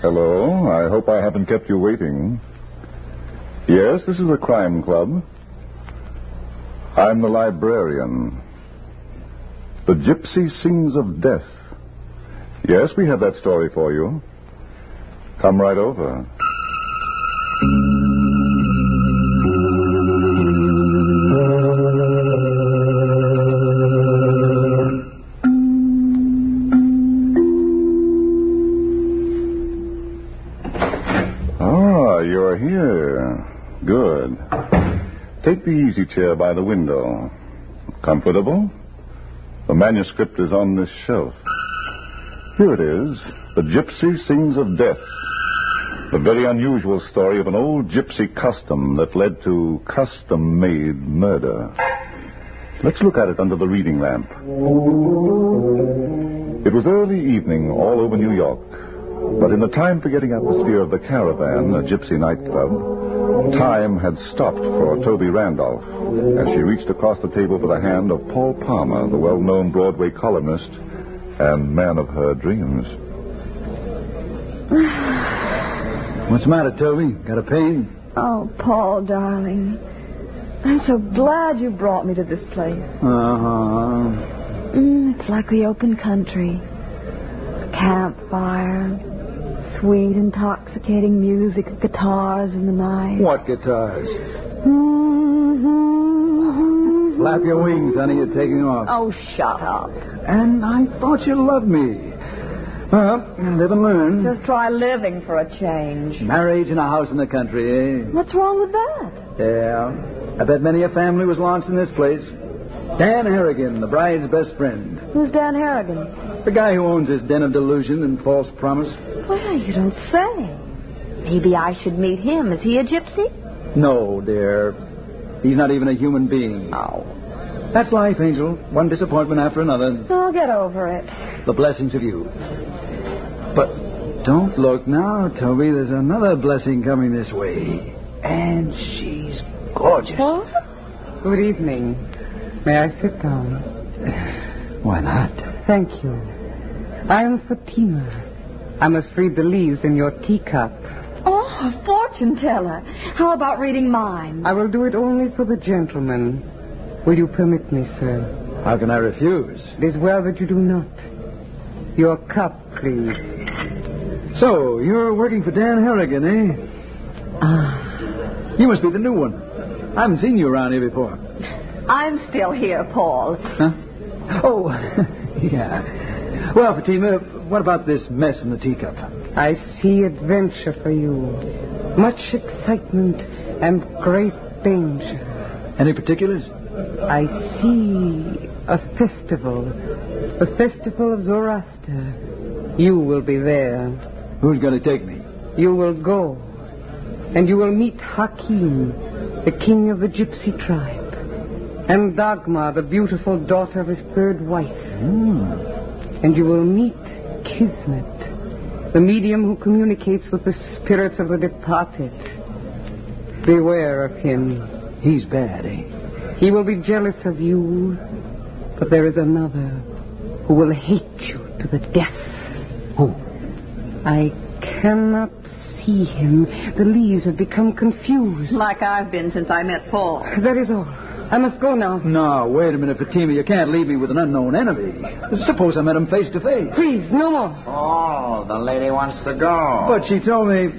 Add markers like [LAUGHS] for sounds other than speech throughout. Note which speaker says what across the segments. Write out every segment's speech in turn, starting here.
Speaker 1: Hello. I hope I haven't kept you waiting. Yes, this is the Crime Club. I'm the librarian. The Gypsy Sings of Death. Yes, we have that story for you. Come right over. Ah, you're here. Good. Take the easy chair by the window. Comfortable? The manuscript is on this shelf. Here it is The Gypsy Sings of Death. The very unusual story of an old gypsy custom that led to custom made murder. Let's look at it under the reading lamp. It was early evening all over New York. But in the time forgetting atmosphere of the caravan, a gypsy nightclub, time had stopped for Toby Randolph as she reached across the table for the hand of Paul Palmer, the well known Broadway columnist and man of her dreams.
Speaker 2: What's the matter, Toby? Got a pain?
Speaker 3: Oh, Paul, darling. I'm so glad you brought me to this place.
Speaker 2: Uh-huh.
Speaker 3: Mm, it's like the open country. Campfire, sweet, intoxicating music of guitars in the night.
Speaker 2: What guitars?
Speaker 3: Mm-hmm.
Speaker 2: Flap your wings, honey. You're taking off.
Speaker 3: Oh, shut up.
Speaker 2: And I thought you loved me. Well, live and learn.
Speaker 3: Just try living for a change.
Speaker 2: Marriage and a house in the country, eh?
Speaker 3: What's wrong with that?
Speaker 2: Yeah. I bet many a family was launched in this place. Dan Harrigan, the bride's best friend.
Speaker 3: Who's Dan Harrigan?
Speaker 2: The guy who owns this den of delusion and false promise.
Speaker 3: Well, you don't say. Maybe I should meet him. Is he a gypsy?
Speaker 2: No, dear. He's not even a human being.
Speaker 3: Oh.
Speaker 2: That's life, Angel. One disappointment after another.
Speaker 3: I'll get over it.
Speaker 2: The blessings of you. But don't look now, Toby. There's another blessing coming this way. And she's gorgeous.
Speaker 3: What?
Speaker 4: Good evening. May I sit down?
Speaker 2: Why not?
Speaker 4: Thank you. I am Fatima. I must read the leaves in your teacup.
Speaker 3: Oh, a fortune teller. How about reading mine?
Speaker 4: I will do it only for the gentleman. Will you permit me, sir?
Speaker 2: How can I refuse?
Speaker 4: It is well that you do not. Your cup, please.
Speaker 2: So, you're working for Dan Harrigan, eh? Ah. You must be the new one. I haven't seen you around here before.
Speaker 3: I'm still here, Paul.
Speaker 2: Huh? Oh, [LAUGHS] yeah. Well, Fatima, what about this mess in the teacup?
Speaker 4: I see adventure for you. Much excitement and great danger.
Speaker 2: Any particulars?
Speaker 4: I see a festival. The festival of Zoroaster. You will be there.
Speaker 2: Who's going to take me?
Speaker 4: You will go, and you will meet Hakim, the king of the gypsy tribe, and Dagmar, the beautiful daughter of his third wife. And you will meet Kismet, the medium who communicates with the spirits of the departed. Beware of him.
Speaker 2: He's bad, eh?
Speaker 4: He will be jealous of you, but there is another who will hate you to the death.
Speaker 2: Who?
Speaker 4: I cannot see him. The leaves have become confused.
Speaker 3: Like I've been since I met Paul.
Speaker 4: That is all. I must go now.
Speaker 2: No, wait a minute, Fatima. You can't leave me with an unknown enemy. Suppose I met him face to face.
Speaker 4: Please, no more.
Speaker 5: Oh, the lady wants to go.
Speaker 2: But she told me.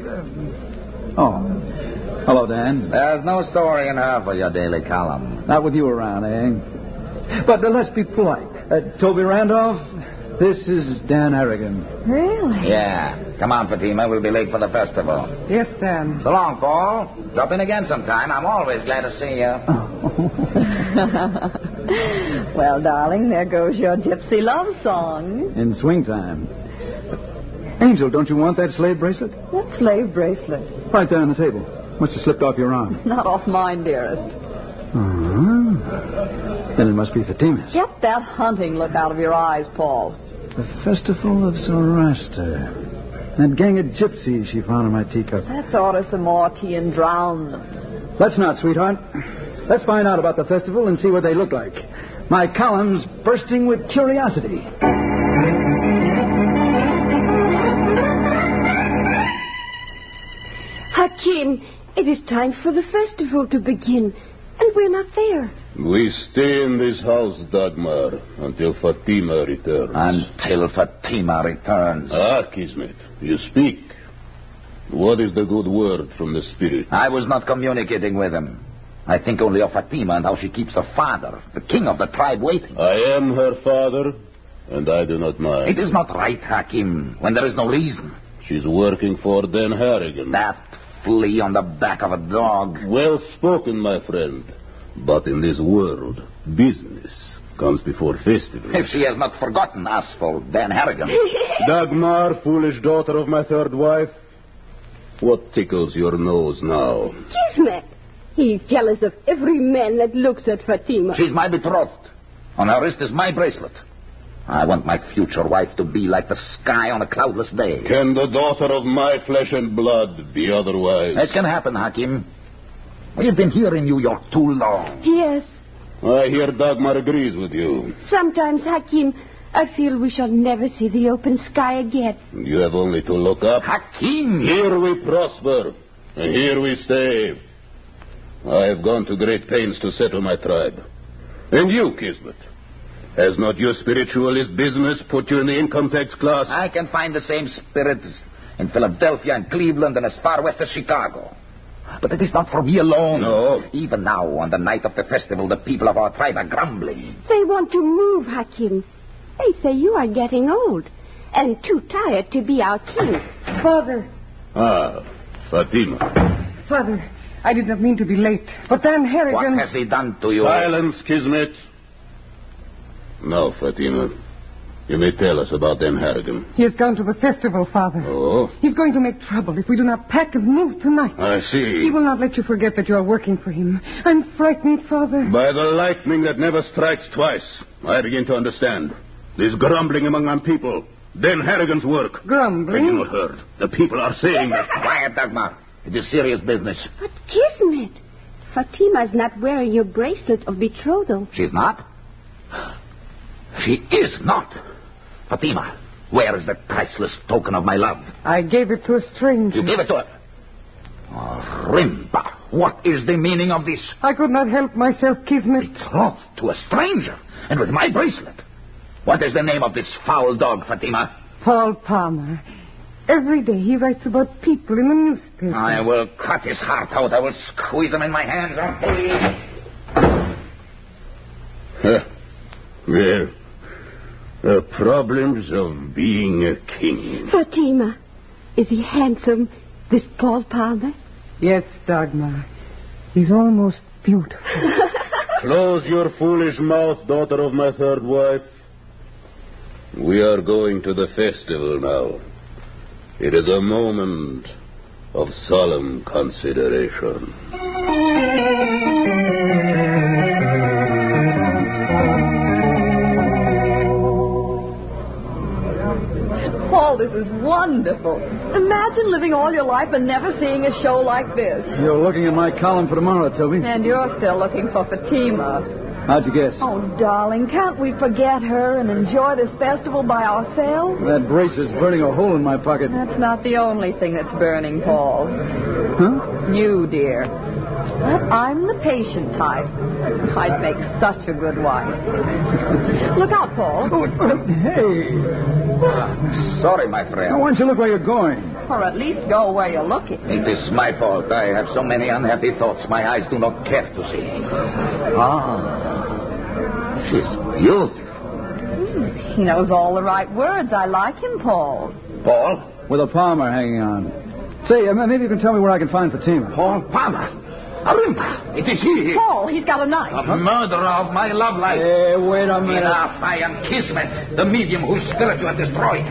Speaker 2: Oh. Hello, Dan.
Speaker 5: There's no story in her for your daily column.
Speaker 2: Not with you around, eh? But uh, let's be polite. Uh, Toby Randolph, this is Dan Harrigan.
Speaker 3: Really?
Speaker 5: Yeah. Come on, Fatima. We'll be late for the festival.
Speaker 4: Yes, Dan.
Speaker 5: So long, Paul. Drop in again sometime. I'm always glad to see you.
Speaker 3: well, darling, there goes your gypsy love song.
Speaker 2: In swing time. Angel, don't you want that slave bracelet?
Speaker 3: What slave bracelet?
Speaker 2: Right there on the table. Must have slipped off your arm.
Speaker 3: Not off mine, dearest.
Speaker 4: Mm-hmm.
Speaker 2: Then it must be Fatima's.
Speaker 3: Get that hunting look out of your eyes, Paul.
Speaker 2: The Festival of Zoroaster. That gang of gypsies she found in my teacup.
Speaker 3: Let's order some more tea and drown them.
Speaker 2: Let's not, sweetheart. Let's find out about the festival and see what they look like. My column's bursting with curiosity.
Speaker 6: Jim, it is time for the festival to begin, and we're not there.
Speaker 7: We stay in this house, Dagmar, until Fatima returns.
Speaker 5: Until Fatima returns.
Speaker 7: Ah, Kismet, you speak. What is the good word from the spirit?
Speaker 5: I was not communicating with him. I think only of Fatima and how she keeps her father, the king of the tribe, waiting.
Speaker 7: I am her father, and I do not mind.
Speaker 5: It is not right, Hakim, when there is no reason.
Speaker 7: She's working for Dan Harrigan.
Speaker 5: That flea on the back of a dog.
Speaker 7: Well spoken, my friend. But in this world, business comes before festival.
Speaker 5: If she has not forgotten us for Dan Harrigan.
Speaker 7: Dagmar, foolish daughter of my third wife, what tickles your nose now?
Speaker 6: Kismet, he's jealous of every man that looks at Fatima.
Speaker 5: She's my betrothed. On her wrist is my bracelet. I want my future wife to be like the sky on a cloudless day.
Speaker 7: Can the daughter of my flesh and blood be otherwise?
Speaker 5: It can happen, Hakim. We've been here in New York too long.
Speaker 6: Yes,
Speaker 7: I hear Dagmar agrees with you.
Speaker 6: sometimes, Hakim, I feel we shall never see the open sky again.
Speaker 7: You have only to look up.
Speaker 5: Hakim!
Speaker 7: Here we prosper, and here we stay. I have gone to great pains to settle my tribe. And you, Kismet, has not your spiritualist business put you in the income tax class?
Speaker 5: I can find the same spirit in Philadelphia and Cleveland and as far west as Chicago. But it is not for me alone.
Speaker 7: No.
Speaker 5: Even now, on the night of the festival, the people of our tribe are grumbling.
Speaker 6: They want to move, Hakim. They say you are getting old and too tired to be our king.
Speaker 4: Father,
Speaker 7: Ah, Fatima.
Speaker 4: Father, I did not mean to be late, but Dan
Speaker 5: What
Speaker 4: Harrigan.
Speaker 5: has he done to you?
Speaker 7: Silence, Kismet. Now, Fatima, you may tell us about Dan Harrigan.
Speaker 4: He has gone to the festival, Father.
Speaker 7: Oh,
Speaker 4: He's going to make trouble if we do not pack and move tonight.
Speaker 7: I see.
Speaker 4: He will not let you forget that you are working for him. I'm frightened, Father.
Speaker 7: By the lightning that never strikes twice, I begin to understand. This grumbling among my people, Dan Harrigan's work. Have you
Speaker 4: Grumbling?
Speaker 7: not heard? The people are saying that.
Speaker 5: Quiet, Dagmar. It is serious business.
Speaker 6: But Kismet, Fatima's not wearing your bracelet of betrothal.
Speaker 5: She's not? She is not. Fatima, where is the priceless token of my love?
Speaker 4: I gave it to a stranger.
Speaker 5: You gave it to her. Oh, Rimba, what is the meaning of this?
Speaker 4: I could not help myself, Kismet.
Speaker 5: Betrothed to a stranger, and with my bracelet. What is the name of this foul dog, Fatima?
Speaker 4: Paul Palmer. Every day he writes about people in the newspaper.
Speaker 5: I will cut his heart out. I will squeeze him in my hands.
Speaker 7: Huh. Well, the problems of being a king.
Speaker 6: Fatima, is he handsome, this Paul Palmer?
Speaker 4: Yes, Dagmar. He's almost beautiful.
Speaker 7: Close your foolish mouth, daughter of my third wife. We are going to the festival now. It is a moment of solemn consideration.
Speaker 3: Paul, this is wonderful. Imagine living all your life and never seeing a show like this.
Speaker 2: You're looking at my column for tomorrow, Toby.
Speaker 3: And you're still looking for Fatima.
Speaker 2: How'd you guess?
Speaker 3: Oh, darling, can't we forget her and enjoy this festival by ourselves?
Speaker 2: That brace is burning a hole in my pocket.
Speaker 3: That's not the only thing that's burning, Paul.
Speaker 2: Huh?
Speaker 3: You, dear. But I'm the patient type. I'd make such a good wife. Look out, Paul,
Speaker 2: Hey,
Speaker 5: Sorry, my friend.
Speaker 2: now why don't you look where you're going?
Speaker 3: or at least go where you're looking.
Speaker 5: It is my fault. I have so many unhappy thoughts my eyes do not care to see. Ah, she's beautiful.
Speaker 3: He knows all the right words. I like him, Paul.
Speaker 5: Paul?
Speaker 2: With a palmer hanging on. Say, uh, maybe you can tell me where I can find Fatima.
Speaker 5: Paul Palmer. Arimba, it is he. Eh,
Speaker 3: Paul, he's got a knife.
Speaker 5: The murderer of my love life.
Speaker 2: Hey, wait a minute.
Speaker 5: Enough, I am Kismet, the medium whose spirit you have destroyed.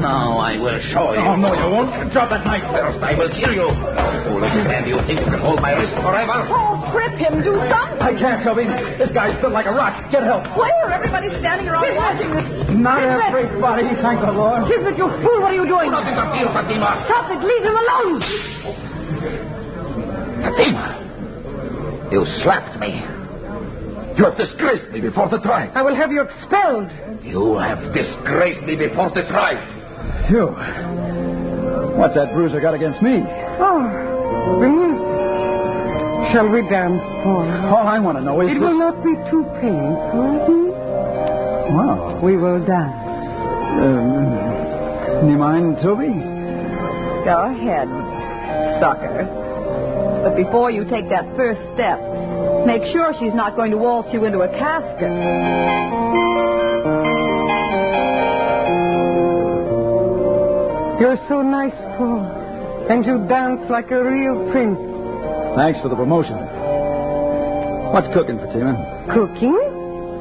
Speaker 5: Now I will show you. Oh, no, you won't. Drop that knife. First, I will kill you. Oh, Foolish man, you think you can hold my wrist forever?
Speaker 3: Paul, grip him. Do something.
Speaker 2: I can't, Toby. This guy's built like a rock. Get help.
Speaker 3: Where? Everybody's standing around watching this.
Speaker 2: Not everybody, thank the Lord.
Speaker 3: Kismet, you fool. What are you doing?
Speaker 5: Do not interfere, Fatima.
Speaker 3: Stop it. Leave him alone.
Speaker 5: Fatima, you slapped me. You have disgraced me before the tribe.
Speaker 4: I will have you expelled.
Speaker 5: You have disgraced me before the tribe.
Speaker 2: Phew. What's that bruise I got against me?
Speaker 4: Oh, The music. Shall we dance, Paul?
Speaker 2: All I want to know is.
Speaker 4: It
Speaker 2: that-
Speaker 4: will not be too painful.
Speaker 2: Well,
Speaker 4: hmm? We will dance.
Speaker 2: um, do you mind, Toby?
Speaker 3: Go ahead, sucker. But before you take that first step, make sure she's not going to waltz you into a casket.
Speaker 4: You're so nice, Paul. And you dance like a real prince.
Speaker 2: Thanks for the promotion. What's cooking, Fatima?
Speaker 4: Cooking?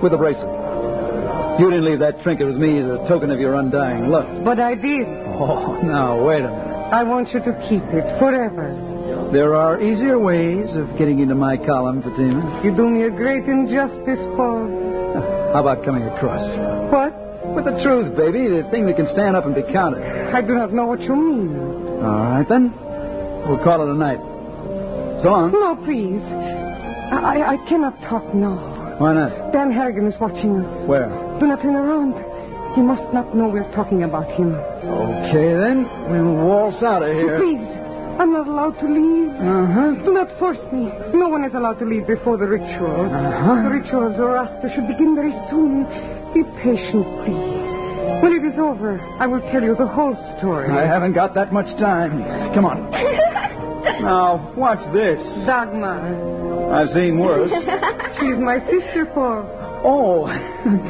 Speaker 2: With a bracelet. You didn't leave that trinket with me as a token of your undying love.
Speaker 4: But I did.
Speaker 2: Oh, now, wait a minute.
Speaker 4: I want you to keep it forever.
Speaker 2: There are easier ways of getting into my column, Fatima.
Speaker 4: You do me a great injustice, Paul.
Speaker 2: How about coming across?
Speaker 4: What?
Speaker 2: With the truth, baby, the thing that can stand up and be counted.
Speaker 4: I do not know what you mean.
Speaker 2: All right, then. We'll call it a night. So long.
Speaker 4: No, please. I, I cannot talk now.
Speaker 2: Why not?
Speaker 4: Dan Harrigan is watching us.
Speaker 2: Where?
Speaker 4: Do not turn around. He must not know we're talking about him.
Speaker 2: Okay, then. We'll waltz out of
Speaker 6: [LAUGHS]
Speaker 2: here.
Speaker 4: Please, I'm not allowed to leave.
Speaker 2: Uh-huh.
Speaker 4: Do not force me. No one is allowed to leave before the ritual.
Speaker 2: Uh-huh.
Speaker 4: The ritual of Zoroaster should begin very soon. Be patient, please. When it is over, I will tell you the whole story.
Speaker 2: I haven't got that much time. Come
Speaker 6: [LAUGHS]
Speaker 2: on. now, watch this.
Speaker 4: Dagmar.
Speaker 2: I've seen
Speaker 6: [LAUGHS]
Speaker 2: worse.
Speaker 4: She's my sister, Paul.
Speaker 2: Oh,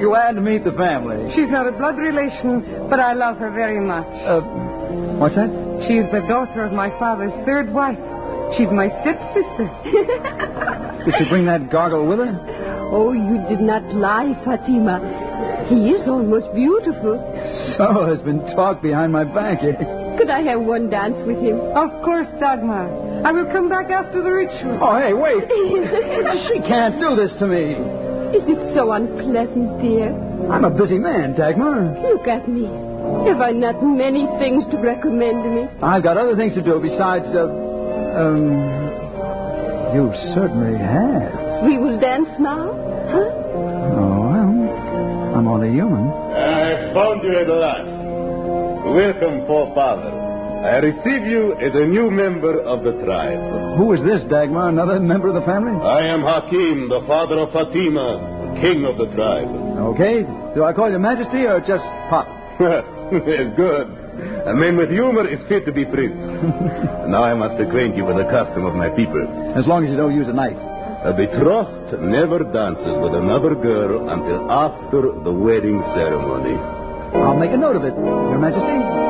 Speaker 2: [LAUGHS] glad to meet the family.
Speaker 4: She's not a blood relation, but I love her very much.
Speaker 2: Uh, what's that?
Speaker 4: She is the daughter of my father's third wife. She's my stepsister.
Speaker 2: Did she bring that gargle with her?
Speaker 6: Oh, you did not lie, Fatima. He is almost beautiful.
Speaker 2: So there's been talk behind my back. [LAUGHS] Eh?
Speaker 6: Could I have one dance with him?
Speaker 4: Of course, Dagmar. I will come back after the ritual.
Speaker 2: Oh, hey, wait. she can't do this to me.
Speaker 6: Is it so unpleasant, dear?
Speaker 2: I'm a busy man, Dagmar.
Speaker 6: Look at me. Have I not many things to recommend me?
Speaker 2: I've got other things to do besides, uh, um, you certainly have.
Speaker 6: We will dance now? Huh?
Speaker 2: Oh, well, I'm only human.
Speaker 7: I found you at last. Welcome, poor father. I receive you as a new member of the tribe.
Speaker 2: Who is this, Dagmar? Another member of the family?
Speaker 7: I am Hakim, the father of Fatima, king of the tribe.
Speaker 2: Okay. Do I call you Majesty or just Pop?
Speaker 7: [LAUGHS] it's good. A man with humor is fit to be prince. now I must acquaint you with the custom of my people.
Speaker 2: As long as you don't use a knife.
Speaker 7: A betrothed never dances with another girl until after the wedding ceremony.
Speaker 2: I'll make a note of it, Your Majesty.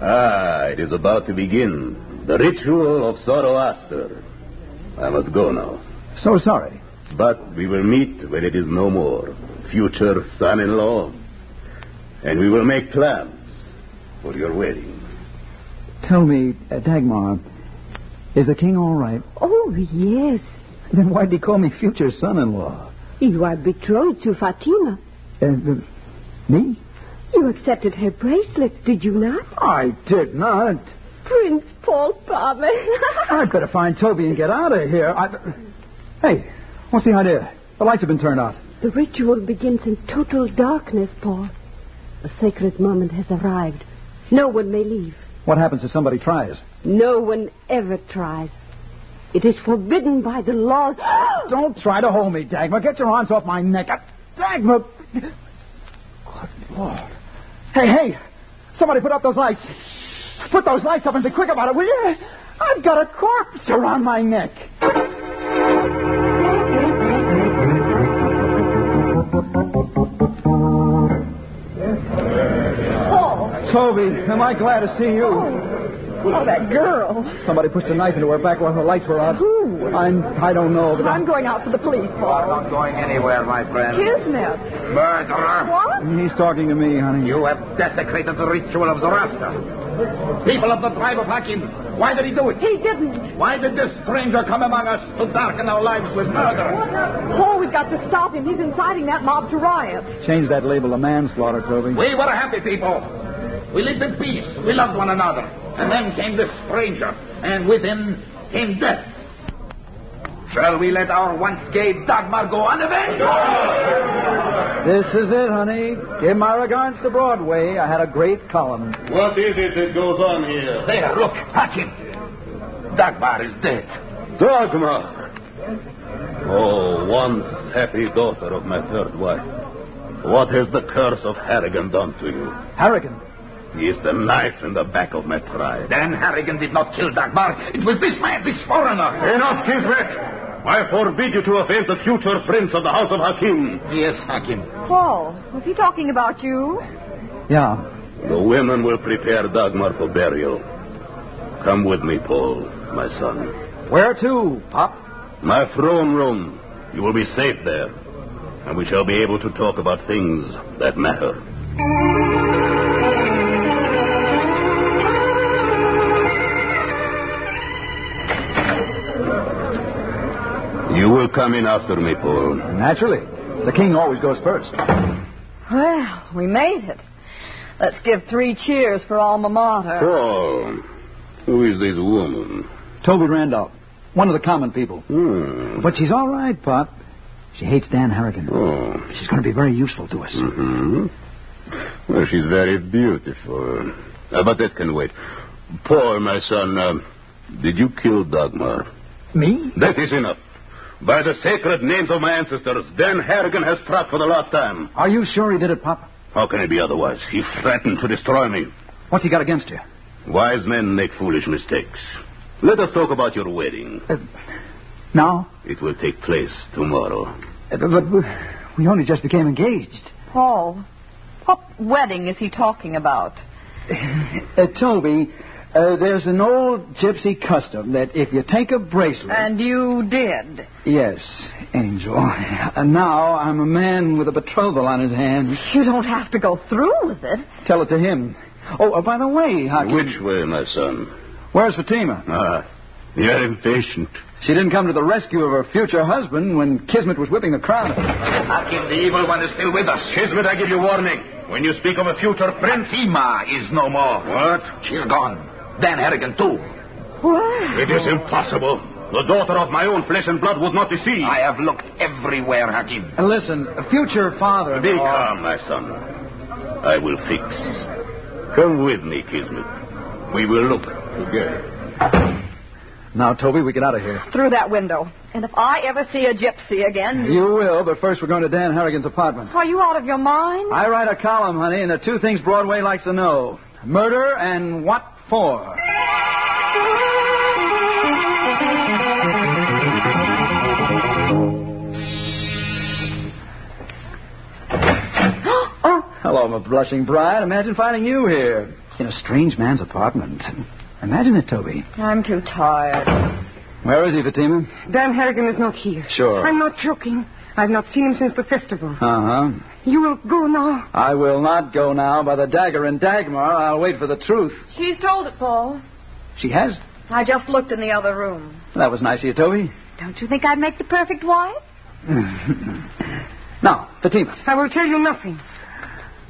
Speaker 7: Ah, it is about to begin. The ritual of Zoroaster. I must go now.
Speaker 2: So sorry.
Speaker 7: But we will meet when it is no more. Future son in law. And we will make plans for your wedding.
Speaker 2: Tell me, uh, Dagmar, is the king all right?
Speaker 6: Oh, yes.
Speaker 2: Then why'd he call me future son-in-law?
Speaker 6: You are betrothed to Fatima.
Speaker 2: Uh, uh, me?
Speaker 6: You accepted her bracelet, did you not?
Speaker 2: I did not.
Speaker 6: Prince Paul Father.
Speaker 2: I'd better find Toby and get out of here. I... Hey, what's the idea? The lights have been turned off.
Speaker 6: [LAUGHS] the ritual begins in total darkness, Paul. The sacred moment has arrived. No one may leave.
Speaker 2: What happens if somebody tries?
Speaker 6: No one ever tries. It is forbidden by the laws.
Speaker 2: Don't try to hold me, Dagmar. Get your arms off my neck. Uh, Dagmar! Good Lord. Hey, hey! Somebody put up those lights. Put those lights up and be quick about it, will you? I've got a corpse around my neck.
Speaker 3: Paul,
Speaker 2: Toby, am I glad to see you?
Speaker 3: oh, that girl.
Speaker 2: Somebody pushed a knife into her back while the lights were out.
Speaker 3: Who?
Speaker 2: I'm, I don't know, but
Speaker 3: [GASPS] I'm going out for the police, Paul.
Speaker 5: Not going anywhere, my friend.
Speaker 3: Kismet.
Speaker 5: Murderer!
Speaker 3: What?
Speaker 2: he's talking to me, honey.
Speaker 5: You have desecrated the ritual of Zoroaster. People of the tribe of Hakim, why did he do it?
Speaker 3: He didn't.
Speaker 5: Why did this stranger come among us to darken our lives with murder?
Speaker 3: Paul, we've got to stop him. He's inciting that mob to riot.
Speaker 2: Change that label to manslaughter, Toby.
Speaker 5: We were happy people. We lived in peace. We loved one another. And then came this stranger, and with him came death. Shall we let our once gay Dagmar go unavenged?
Speaker 2: This is it, honey. Give my regards to Broadway. I had a great column.
Speaker 7: What is it that goes on here?
Speaker 5: There, look, Hakim. Dagmar is dead.
Speaker 7: Dogma! Oh, once happy daughter of my third wife. What has the curse of Harrigan done to you?
Speaker 2: Harrigan.
Speaker 7: He is the knife in the back of my pride.
Speaker 5: Dan Harrigan did not kill Dagmar. It was this man, this foreigner.
Speaker 7: Enough, Kismet! I forbid you to offend the future prince of the House of Hakim.
Speaker 5: Yes, Hakim.
Speaker 3: Paul, was he talking about you?
Speaker 2: Yeah.
Speaker 7: The women will prepare Dagmar for burial. Come with me, Paul, my son.
Speaker 2: Where to, Pop?
Speaker 7: My throne room. You will be safe there, and we shall be able to talk about things that matter. You will come in after me, Paul.
Speaker 2: Naturally. The king always goes first.
Speaker 3: Well, we made it. Let's give three cheers for alma mater.
Speaker 7: Paul, who is this woman?
Speaker 2: Toby Randolph, one of the common people.
Speaker 7: Hmm.
Speaker 2: But she's all right, Pop. She hates Dan Harrigan.
Speaker 7: Oh.
Speaker 2: She's going to be very useful to us.
Speaker 7: hmm Well, she's very beautiful. Uh, but that can wait. Paul, my son, uh, did you kill Dagmar?
Speaker 2: Me?
Speaker 7: That is enough. By the sacred names of my ancestors, Dan Harrigan has struck for the last time.
Speaker 2: Are you sure he did it, Pop?
Speaker 7: How can it be otherwise? He threatened to destroy me.
Speaker 2: What's he got against you?
Speaker 7: Wise men make foolish mistakes. Let us talk about your wedding.
Speaker 2: Now?
Speaker 7: It will take place tomorrow.
Speaker 2: Uh, But we- we only just became engaged.
Speaker 3: Paul, what wedding is he talking about?
Speaker 2: Uh, Toby, uh, there's an old gypsy custom that if you take a bracelet.
Speaker 3: And you did.
Speaker 2: Yes, Angel. And now I'm a man with a betrothal on his hands.
Speaker 3: You don't have to go through with it.
Speaker 2: Tell it to him. Oh, uh, by the way, Hockey,
Speaker 7: Which way, my son?
Speaker 2: where's Fatima?
Speaker 7: Ah, you're impatient.
Speaker 2: She didn't come to the rescue of her future husband when Kismet was whipping the crowd.
Speaker 5: Hakim, the evil one, is still with us.
Speaker 7: Kismet, I give you warning. When you speak of a future prince.
Speaker 5: Fatima is no more.
Speaker 7: What?
Speaker 5: She's gone. Dan Harrigan, too.
Speaker 3: What?
Speaker 7: It is impossible. The daughter of my own flesh and blood would not deceive.
Speaker 5: I have looked everywhere, Hakim.
Speaker 2: And Uh, Listen, a future father.
Speaker 7: Be calm, my son. I will fix. Come with me, Kismet. We will look together.
Speaker 2: Now, Toby, we get out of here.
Speaker 3: Through that window. And if I ever see a gypsy again,
Speaker 2: You will, but first we're going to Dan Harrigan's apartment.
Speaker 3: are you out of your mind?
Speaker 2: I write a column, honey, and the two things Broadway likes to know murder and what [GASPS] for. Oh, Hello, my blushing bride. Imagine finding you here in a strange man's apartment. Imagine it, Toby.
Speaker 3: I'm too tired.
Speaker 2: Where is he, Fatima?
Speaker 4: Dan Harrigan is not here.
Speaker 2: Sure.
Speaker 4: I'm not joking. I've not seen him since the festival.
Speaker 2: Uh huh.
Speaker 4: You will go now.
Speaker 2: I will not go now. By the dagger in Dagmar, I'll wait for the truth.
Speaker 3: She's told it, Paul.
Speaker 2: She has.
Speaker 3: I just looked in the other room.
Speaker 2: That was nice of you, Toby.
Speaker 3: Don't you think I'd make the perfect wife?
Speaker 2: Now, Fatima.
Speaker 4: I will tell you nothing.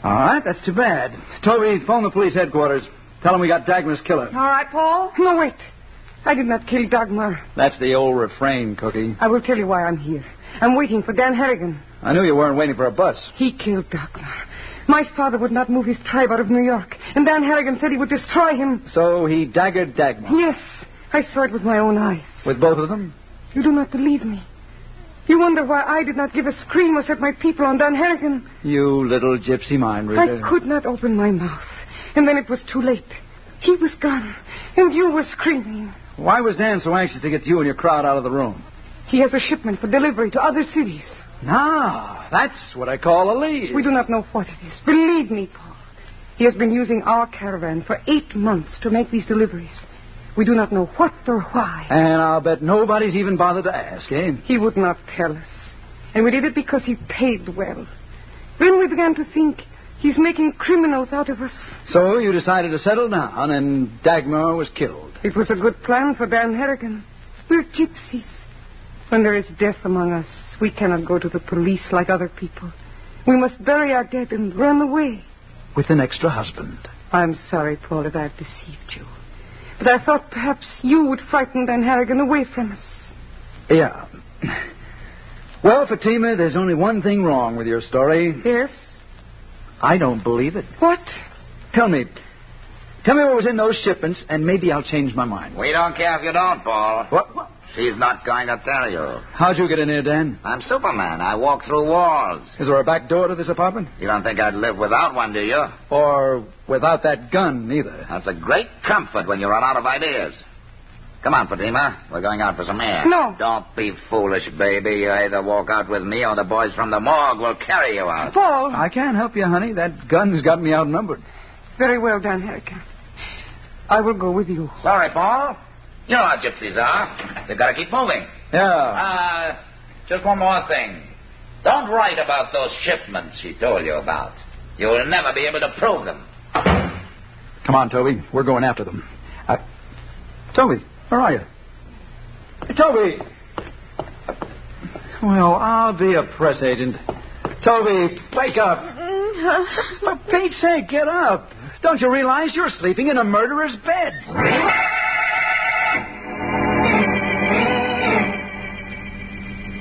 Speaker 2: All right, that's too bad. Toby, phone the police headquarters. Tell them we got Dagmar's killer.
Speaker 3: All right, Paul?
Speaker 4: No, wait. I did not kill Dagmar.
Speaker 2: That's the old refrain, Cookie.
Speaker 4: I will tell you why I'm here. I'm waiting for Dan Harrigan.
Speaker 2: I knew you weren't waiting for a bus.
Speaker 4: He killed Dagmar. My father would not move his tribe out of New York, and Dan Harrigan said he would destroy him.
Speaker 2: So he daggered Dagmar.
Speaker 4: Yes, I saw it with my own eyes.
Speaker 2: With both of them?
Speaker 4: You do not believe me. You wonder why I did not give a scream or set my people on Dan Harrigan.
Speaker 2: You little gypsy mind reader.
Speaker 4: I could not open my mouth, and then it was too late. He was gone, and you were screaming.
Speaker 2: Why was Dan so anxious to get you and your crowd out of the room?
Speaker 4: He has a shipment for delivery to other cities.
Speaker 2: Now, that's what I call a lead.
Speaker 4: We do not know what it is. Believe me, Paul. He has been using our caravan for eight months to make these deliveries. We do not know what or why.
Speaker 2: And I'll bet nobody's even bothered to ask, eh?
Speaker 4: He would not tell us. And we did it because he paid well. Then we began to think he's making criminals out of us.
Speaker 2: So you decided to settle down, and Dagmar was killed.
Speaker 4: It was a good plan for Dan Harrigan. We're gypsies. When there is death among us, we cannot go to the police like other people. We must bury our dead and run away.
Speaker 2: With an extra husband.
Speaker 4: I'm sorry, Paul, if I've deceived you. But I thought perhaps you would frighten Dan Harrigan away from us.
Speaker 2: Yeah. Well, Fatima, there's only one thing wrong with your story.
Speaker 3: Yes?
Speaker 2: I don't believe it.
Speaker 3: What?
Speaker 2: Tell me. Tell me what was in those shipments, and maybe I'll change my mind.
Speaker 5: We don't care if you don't, Paul.
Speaker 2: What? what?
Speaker 5: She's not going to tell you.
Speaker 2: How'd you get in here, Dan?
Speaker 5: I'm Superman. I walk through walls.
Speaker 2: Is there a back door to this apartment?
Speaker 5: You don't think I'd live without one, do you?
Speaker 2: Or without that gun, either?
Speaker 5: That's a great comfort when you run out of ideas. Come on, Fatima. We're going out for some air.
Speaker 3: No.
Speaker 5: Don't be foolish, baby. You either walk out with me or the boys from the morgue will carry you out.
Speaker 3: Paul.
Speaker 2: I can't help you, honey. That gun's got me outnumbered.
Speaker 3: Very well done, Hurricane. I will go with you.
Speaker 5: Sorry, Paul. You know how gypsies are. They've got to keep moving.
Speaker 2: Yeah.
Speaker 5: Uh, just one more thing. Don't write about those shipments she told you about. You will never be able to prove them.
Speaker 2: Come on, Toby. We're going after them. Uh, Toby, where are you? Toby! Well, I'll be a press agent. Toby, wake up. For Pete's sake, get up. Don't you realize you're sleeping in a murderer's bed?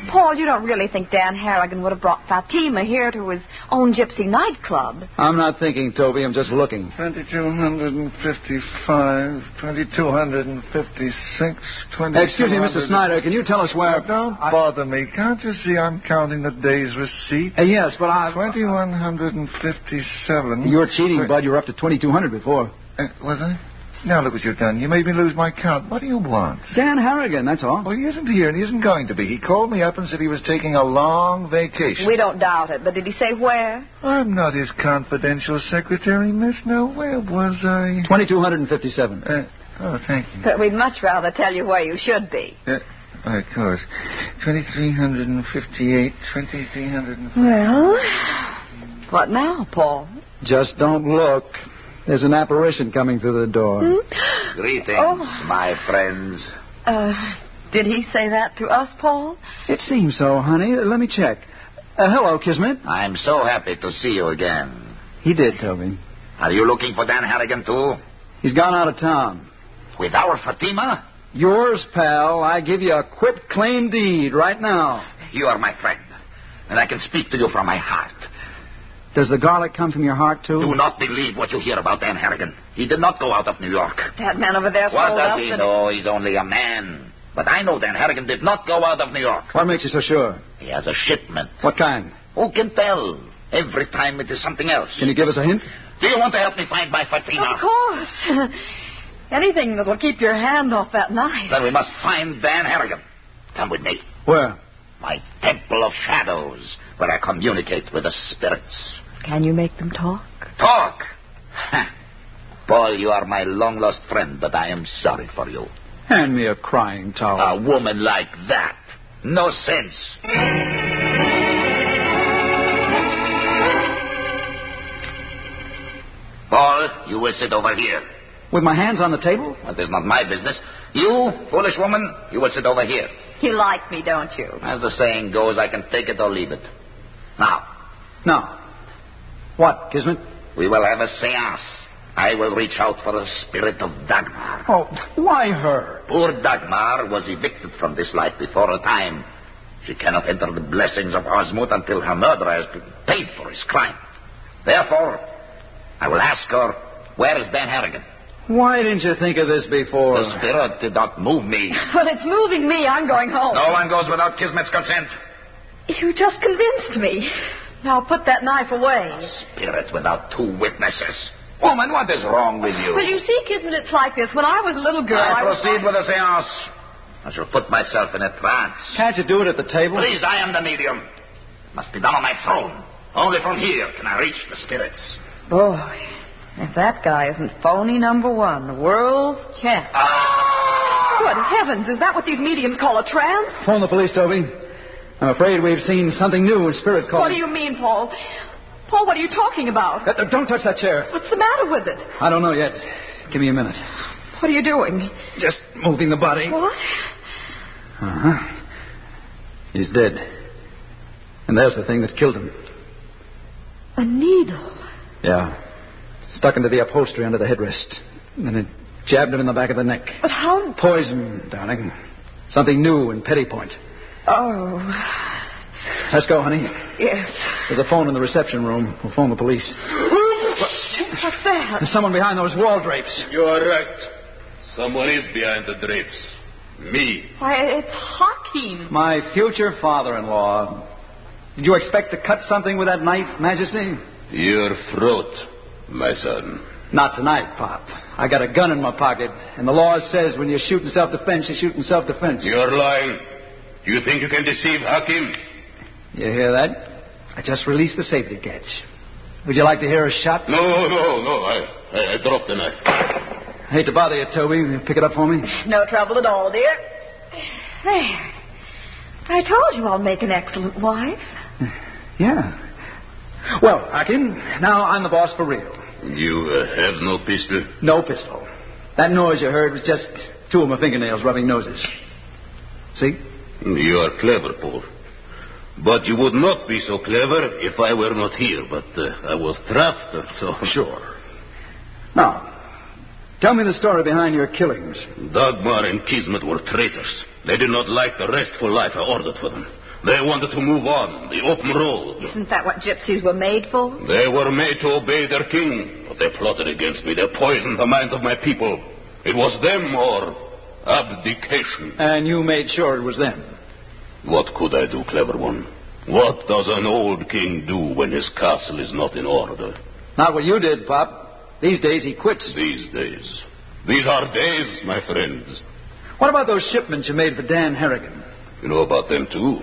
Speaker 3: Paul, you don't really think Dan Harrigan would have brought Fatima here to his own gypsy nightclub.
Speaker 2: I'm not thinking, Toby. I'm just looking.
Speaker 7: 2255, 2256, 20.
Speaker 2: Excuse me, Mr. Snyder. Can you tell us where.
Speaker 7: Don't
Speaker 2: I-
Speaker 7: bother me. Can't you see I'm counting the day's receipt?
Speaker 2: Uh, yes, but I.
Speaker 7: 2157.
Speaker 2: You were cheating,
Speaker 7: Wait,
Speaker 2: Bud. You were up to 2,200 before.
Speaker 7: uh, was I? Now look what you've done. You made me lose my count. What do you want?
Speaker 2: Dan Harrigan, that's all.
Speaker 7: Well, he isn't here and he isn't going to be. He called me up and said he was taking a long vacation.
Speaker 3: We don't doubt it, but did he say where?
Speaker 7: I'm not his confidential secretary, miss. Now, where was I?
Speaker 2: 2,257.
Speaker 7: Uh, oh, thank you.
Speaker 3: But we'd much rather tell you where you should be.
Speaker 7: Uh, why, of course. 2358, 2350.
Speaker 3: Well, what now, Paul?
Speaker 2: Just don't look. There's an apparition coming through the door.
Speaker 5: Greetings,
Speaker 3: Oh.
Speaker 5: my friends.
Speaker 3: Uh, did he say that to us, Paul?
Speaker 2: It seems so, honey. Let me check. Uh, hello, Kismet.
Speaker 5: I'm so happy to see you again.
Speaker 2: He did, Toby.
Speaker 5: Are you looking for Dan Harrigan, too?
Speaker 2: He's gone out of town.
Speaker 5: With our Fatima?
Speaker 2: Yours, pal. I give you a quit claim deed right now.
Speaker 5: You are my friend, and I can speak to you from my heart.
Speaker 2: Does the garlic come from your heart, too?
Speaker 5: Do not believe what you hear about Dan Harrigan. He did not go out of New York.
Speaker 3: That man over there
Speaker 5: What
Speaker 3: told us
Speaker 5: does he
Speaker 3: that...
Speaker 5: know? He's only a man. But I know Dan Harrigan did not go out of New York.
Speaker 2: What makes you so sure?
Speaker 5: He has a shipment.
Speaker 2: What kind?
Speaker 5: Who can tell? Every time it is something else.
Speaker 2: Can you give us a hint?
Speaker 5: Do you want to help me find my Fatima?
Speaker 3: Of course. Anything that'll keep your hand off that knife.
Speaker 5: Then we must find Dan Harrigan. Come with me.
Speaker 2: Where?
Speaker 5: My temple of shadows, where I communicate with the spirits.
Speaker 3: Can you make them talk?
Speaker 5: Talk! Ha. Paul, you are my long lost friend, but I am sorry for you.
Speaker 2: Hand me a crying towel.
Speaker 5: A woman like that. No sense. Paul, you will sit over here.
Speaker 2: With my hands on the table?
Speaker 5: That is not my business. You, foolish woman, you will sit over here.
Speaker 3: You like me, don't you?
Speaker 5: As the saying goes, I can take it or leave it. Now,
Speaker 2: No. What, Kismet?
Speaker 5: we will have a seance. I will reach out for the spirit of Dagmar.
Speaker 2: Oh, why her?
Speaker 5: Poor Dagmar was evicted from this life before her time. She cannot enter the blessings of Osmut until her murderer has been paid for his crime. Therefore, I will ask her, where is Dan Harrigan?
Speaker 2: Why didn't you think of this before?
Speaker 5: The spirit did not move me.
Speaker 3: But it's moving me. I'm going home.
Speaker 5: No one goes without Kismet's consent.
Speaker 3: You just convinced me. Now put that knife away.
Speaker 5: Spirit without two witnesses. Woman, what is wrong with you?
Speaker 3: Well, you see, Kismet, it's like this. When I was a little girl, I
Speaker 5: I
Speaker 3: was...
Speaker 5: proceed with the seance. I shall put myself in a trance.
Speaker 2: Can't you do it at the table?
Speaker 5: Please, I am the medium. It must be done on my throne. Only from here can I reach the spirits.
Speaker 3: Boy, if that guy isn't phony number one, the world's champ. Good heavens, is that Ah! what these mediums call a trance?
Speaker 2: Phone the police, Toby. I'm afraid we've seen something new in spirit calling.
Speaker 3: What do you mean, Paul? Paul, what are you talking about?
Speaker 2: Uh, don't touch that chair.
Speaker 3: What's the matter with it?
Speaker 2: I don't know yet. Give me a minute.
Speaker 3: What are you doing?
Speaker 2: Just moving the body.
Speaker 3: What?
Speaker 2: Uh-huh. He's dead. And there's the thing that killed him.
Speaker 3: A needle.
Speaker 2: Yeah. Stuck into the upholstery under the headrest. And it jabbed him in the back of the neck.
Speaker 3: But how?
Speaker 2: Poison, darling. Something new and petty point.
Speaker 3: Oh.
Speaker 2: Let's go, honey.
Speaker 8: Yes.
Speaker 2: There's a phone in the reception room. We'll phone the police.
Speaker 8: What's that?
Speaker 2: There's someone behind those wall drapes.
Speaker 7: You are right. Someone is behind the drapes. Me.
Speaker 8: Why, it's Hawking.
Speaker 2: My future father-in-law. Did you expect to cut something with that knife, Majesty?
Speaker 7: Your throat, my son.
Speaker 2: Not tonight, Pop. I got a gun in my pocket, and the law says when you shoot in self-defense, you shoot in self-defense.
Speaker 7: You're lying. You think you can deceive Hakim?
Speaker 2: You hear that? I just released the safety catch. Would you like to hear a shot?
Speaker 7: No, no, no. I, I, I dropped the knife.
Speaker 2: Hate to bother you, Toby. Will you Pick it up for me.
Speaker 8: No trouble at all, dear. There. I told you I'll make an excellent wife.
Speaker 2: Yeah. Well, Akin, now I'm the boss for real.
Speaker 7: You uh, have no pistol?
Speaker 2: No pistol. That noise you heard was just two of my fingernails rubbing noses. See?
Speaker 7: You are clever, Paul. But you would not be so clever if I were not here. But uh, I was trapped, so.
Speaker 2: Sure. Now, tell me the story behind your killings.
Speaker 7: Dagmar and Kismet were traitors. They did not like the restful life I ordered for them. They wanted to move on, the open road.
Speaker 3: Isn't that what gypsies were made for?
Speaker 7: They were made to obey their king, but they plotted against me. They poisoned the minds of my people. It was them or abdication.
Speaker 2: And you made sure it was them.
Speaker 7: What could I do, clever one? What does an old king do when his castle is not in order?
Speaker 2: Not what you did, Pop. These days he quits.
Speaker 7: These days. These are days, my friends.
Speaker 2: What about those shipments you made for Dan Harrigan?
Speaker 7: You know about them, too.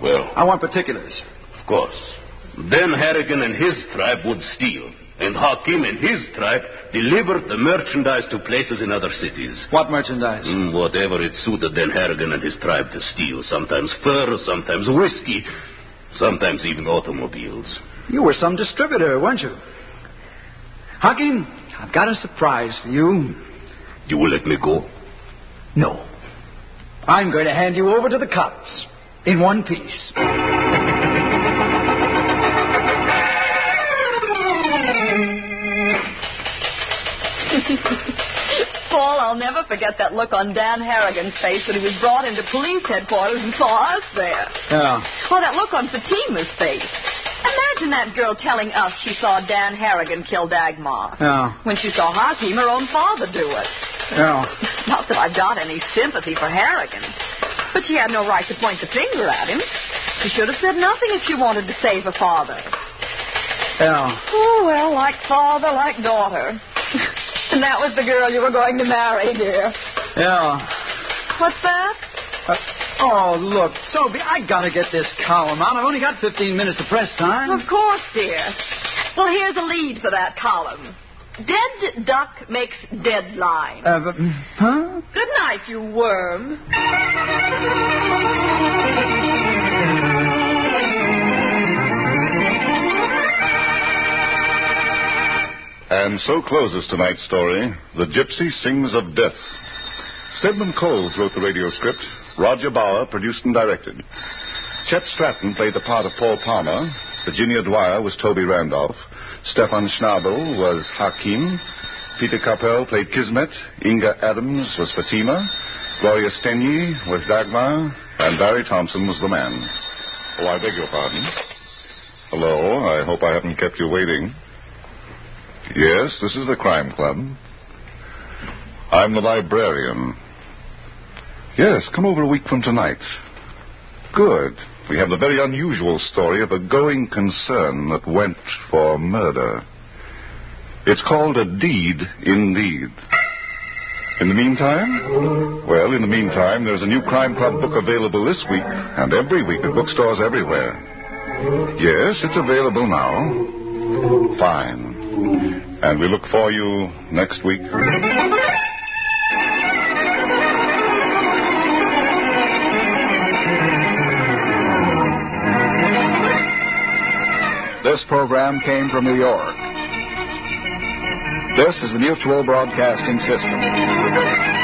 Speaker 7: Well,
Speaker 2: I want particulars.
Speaker 7: Of course. Then Harrigan and his tribe would steal, and Hakim and his tribe delivered the merchandise to places in other cities.
Speaker 2: What merchandise?
Speaker 7: Mm, whatever it suited then Harrigan and his tribe to steal. Sometimes fur, sometimes whiskey, sometimes even automobiles.
Speaker 2: You were some distributor, weren't you? Hakim, I've got a surprise for you.
Speaker 7: You will let me go?
Speaker 2: No. I'm going to hand you over to the cops in one piece.
Speaker 3: Paul, I'll never forget that look on Dan Harrigan's face when he was brought into police headquarters and saw us there.
Speaker 2: Yeah.
Speaker 3: Or that look on Fatima's face. Imagine that girl telling us she saw Dan Harrigan kill Dagmar.
Speaker 2: Yeah.
Speaker 3: When she saw Hakim, her own father, do it.
Speaker 2: Yeah.
Speaker 3: Not that I've got any sympathy for Harrigan. But she had no right to point the finger at him. She should have said nothing if she wanted to save her father.
Speaker 2: Yeah.
Speaker 3: Oh, well, like father, like daughter. [LAUGHS] and that was the girl you were going to marry, dear.
Speaker 2: Yeah.
Speaker 3: What's that?
Speaker 2: Uh, oh, look, Sophie, I gotta get this column out. I've only got 15 minutes of press
Speaker 3: Of
Speaker 2: time.
Speaker 3: course, dear. Well, here's a lead for that column. Dead duck makes deadline.
Speaker 2: Uh, but- huh?
Speaker 3: Good night, you worm.
Speaker 1: And so closes tonight's story The Gypsy Sings of Death. Stedman Coles wrote the radio script, Roger Bauer produced and directed. Chet Stratton played the part of Paul Palmer, Virginia Dwyer was Toby Randolph, Stefan Schnabel was Hakim, Peter Capel played Kismet, Inga Adams was Fatima, Gloria Stenyi was Dagmar, and Barry Thompson was the man. Oh, I beg your pardon. Hello, I hope I haven't kept you waiting. Yes, this is the crime club. I'm the librarian. Yes, come over a week from tonight. Good. We have the very unusual story of a going concern that went for murder. It's called a deed indeed. In the meantime? Well, in the meantime, there's a new Crime Club book available this week and every week at bookstores everywhere. Yes, it's available now. Fine. And we look for you next week.
Speaker 9: This program came from New York. This is the Mutual Broadcasting System.